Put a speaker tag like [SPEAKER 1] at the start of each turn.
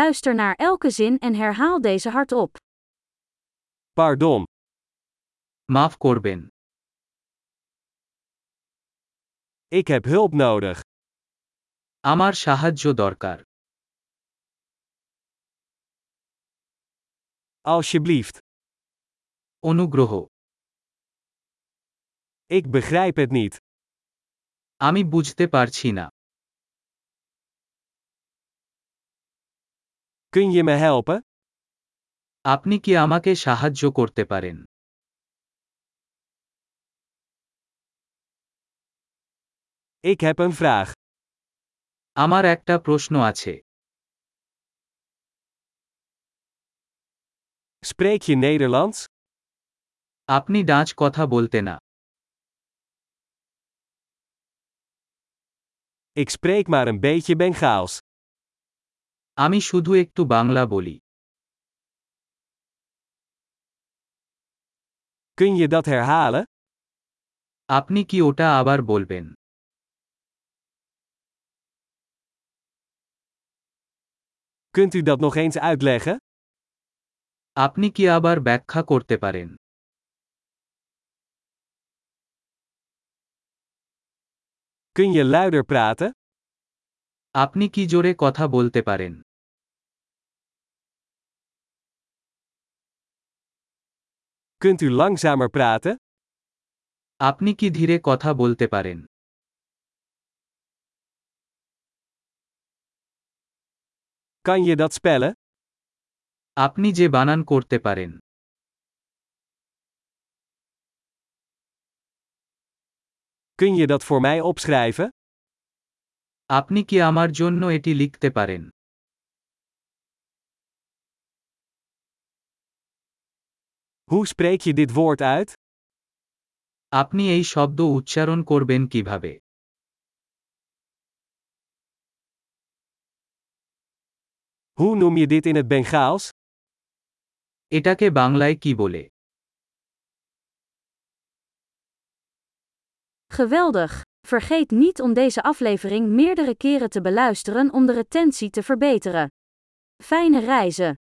[SPEAKER 1] Luister naar elke zin en herhaal deze hardop.
[SPEAKER 2] Pardon,
[SPEAKER 3] মাফ করবেন
[SPEAKER 2] ik heb hulp nodig.
[SPEAKER 3] আমার সাহায্য দরকার
[SPEAKER 2] Alsjeblieft,
[SPEAKER 3] অনুগ্রহ
[SPEAKER 2] ik begrijp het niet.
[SPEAKER 3] আমি বুঝতে পারছি না
[SPEAKER 2] Kun je me helpen?
[SPEAKER 3] আপনি কি আমাকে সাহায্য করতে পারেন
[SPEAKER 2] Ik heb een vraag.
[SPEAKER 3] আমার একটা প্রশ্ন আছে
[SPEAKER 2] Spreek je Nederlands?
[SPEAKER 3] আপনি ডাঁচ কথা বলতে না
[SPEAKER 2] Ik spreek maar een beetje Bengaals.
[SPEAKER 3] আমি শুধু একটু বাংলা বলি
[SPEAKER 2] Kun je dat herhalen?
[SPEAKER 3] আপনি কি ওটা আবার বলবেন
[SPEAKER 2] Kunt u dat nog eens uitleggen?
[SPEAKER 3] আপনি কি আবার ব্যাখ্যা করতে পারেন
[SPEAKER 2] Kun je luider praten?
[SPEAKER 3] আপনি কি জোরে কথা বলতে পারেন
[SPEAKER 2] Kunt u langzamer praten?
[SPEAKER 3] আপনি কি ধীরে কথা বলতে পারেন
[SPEAKER 2] Kan je dat spellen?
[SPEAKER 3] আপনি যে বানান করতে পারেন
[SPEAKER 2] Kun je dat voor mij opschrijven?
[SPEAKER 3] আপনি কি আমার জন্য এটি লিখতে পারেন
[SPEAKER 2] Hoe spreek je dit woord uit?
[SPEAKER 3] আপনি এই শব্দ উচ্চারণ করবেন কিভাবে
[SPEAKER 2] Hoe noem je dit in het Bengaals?
[SPEAKER 3] এটাকে বাংলায় কি বলে
[SPEAKER 1] Geweldig! Vergeet niet om deze aflevering meerdere keren te beluisteren om de retentie te verbeteren. Fijne reizen!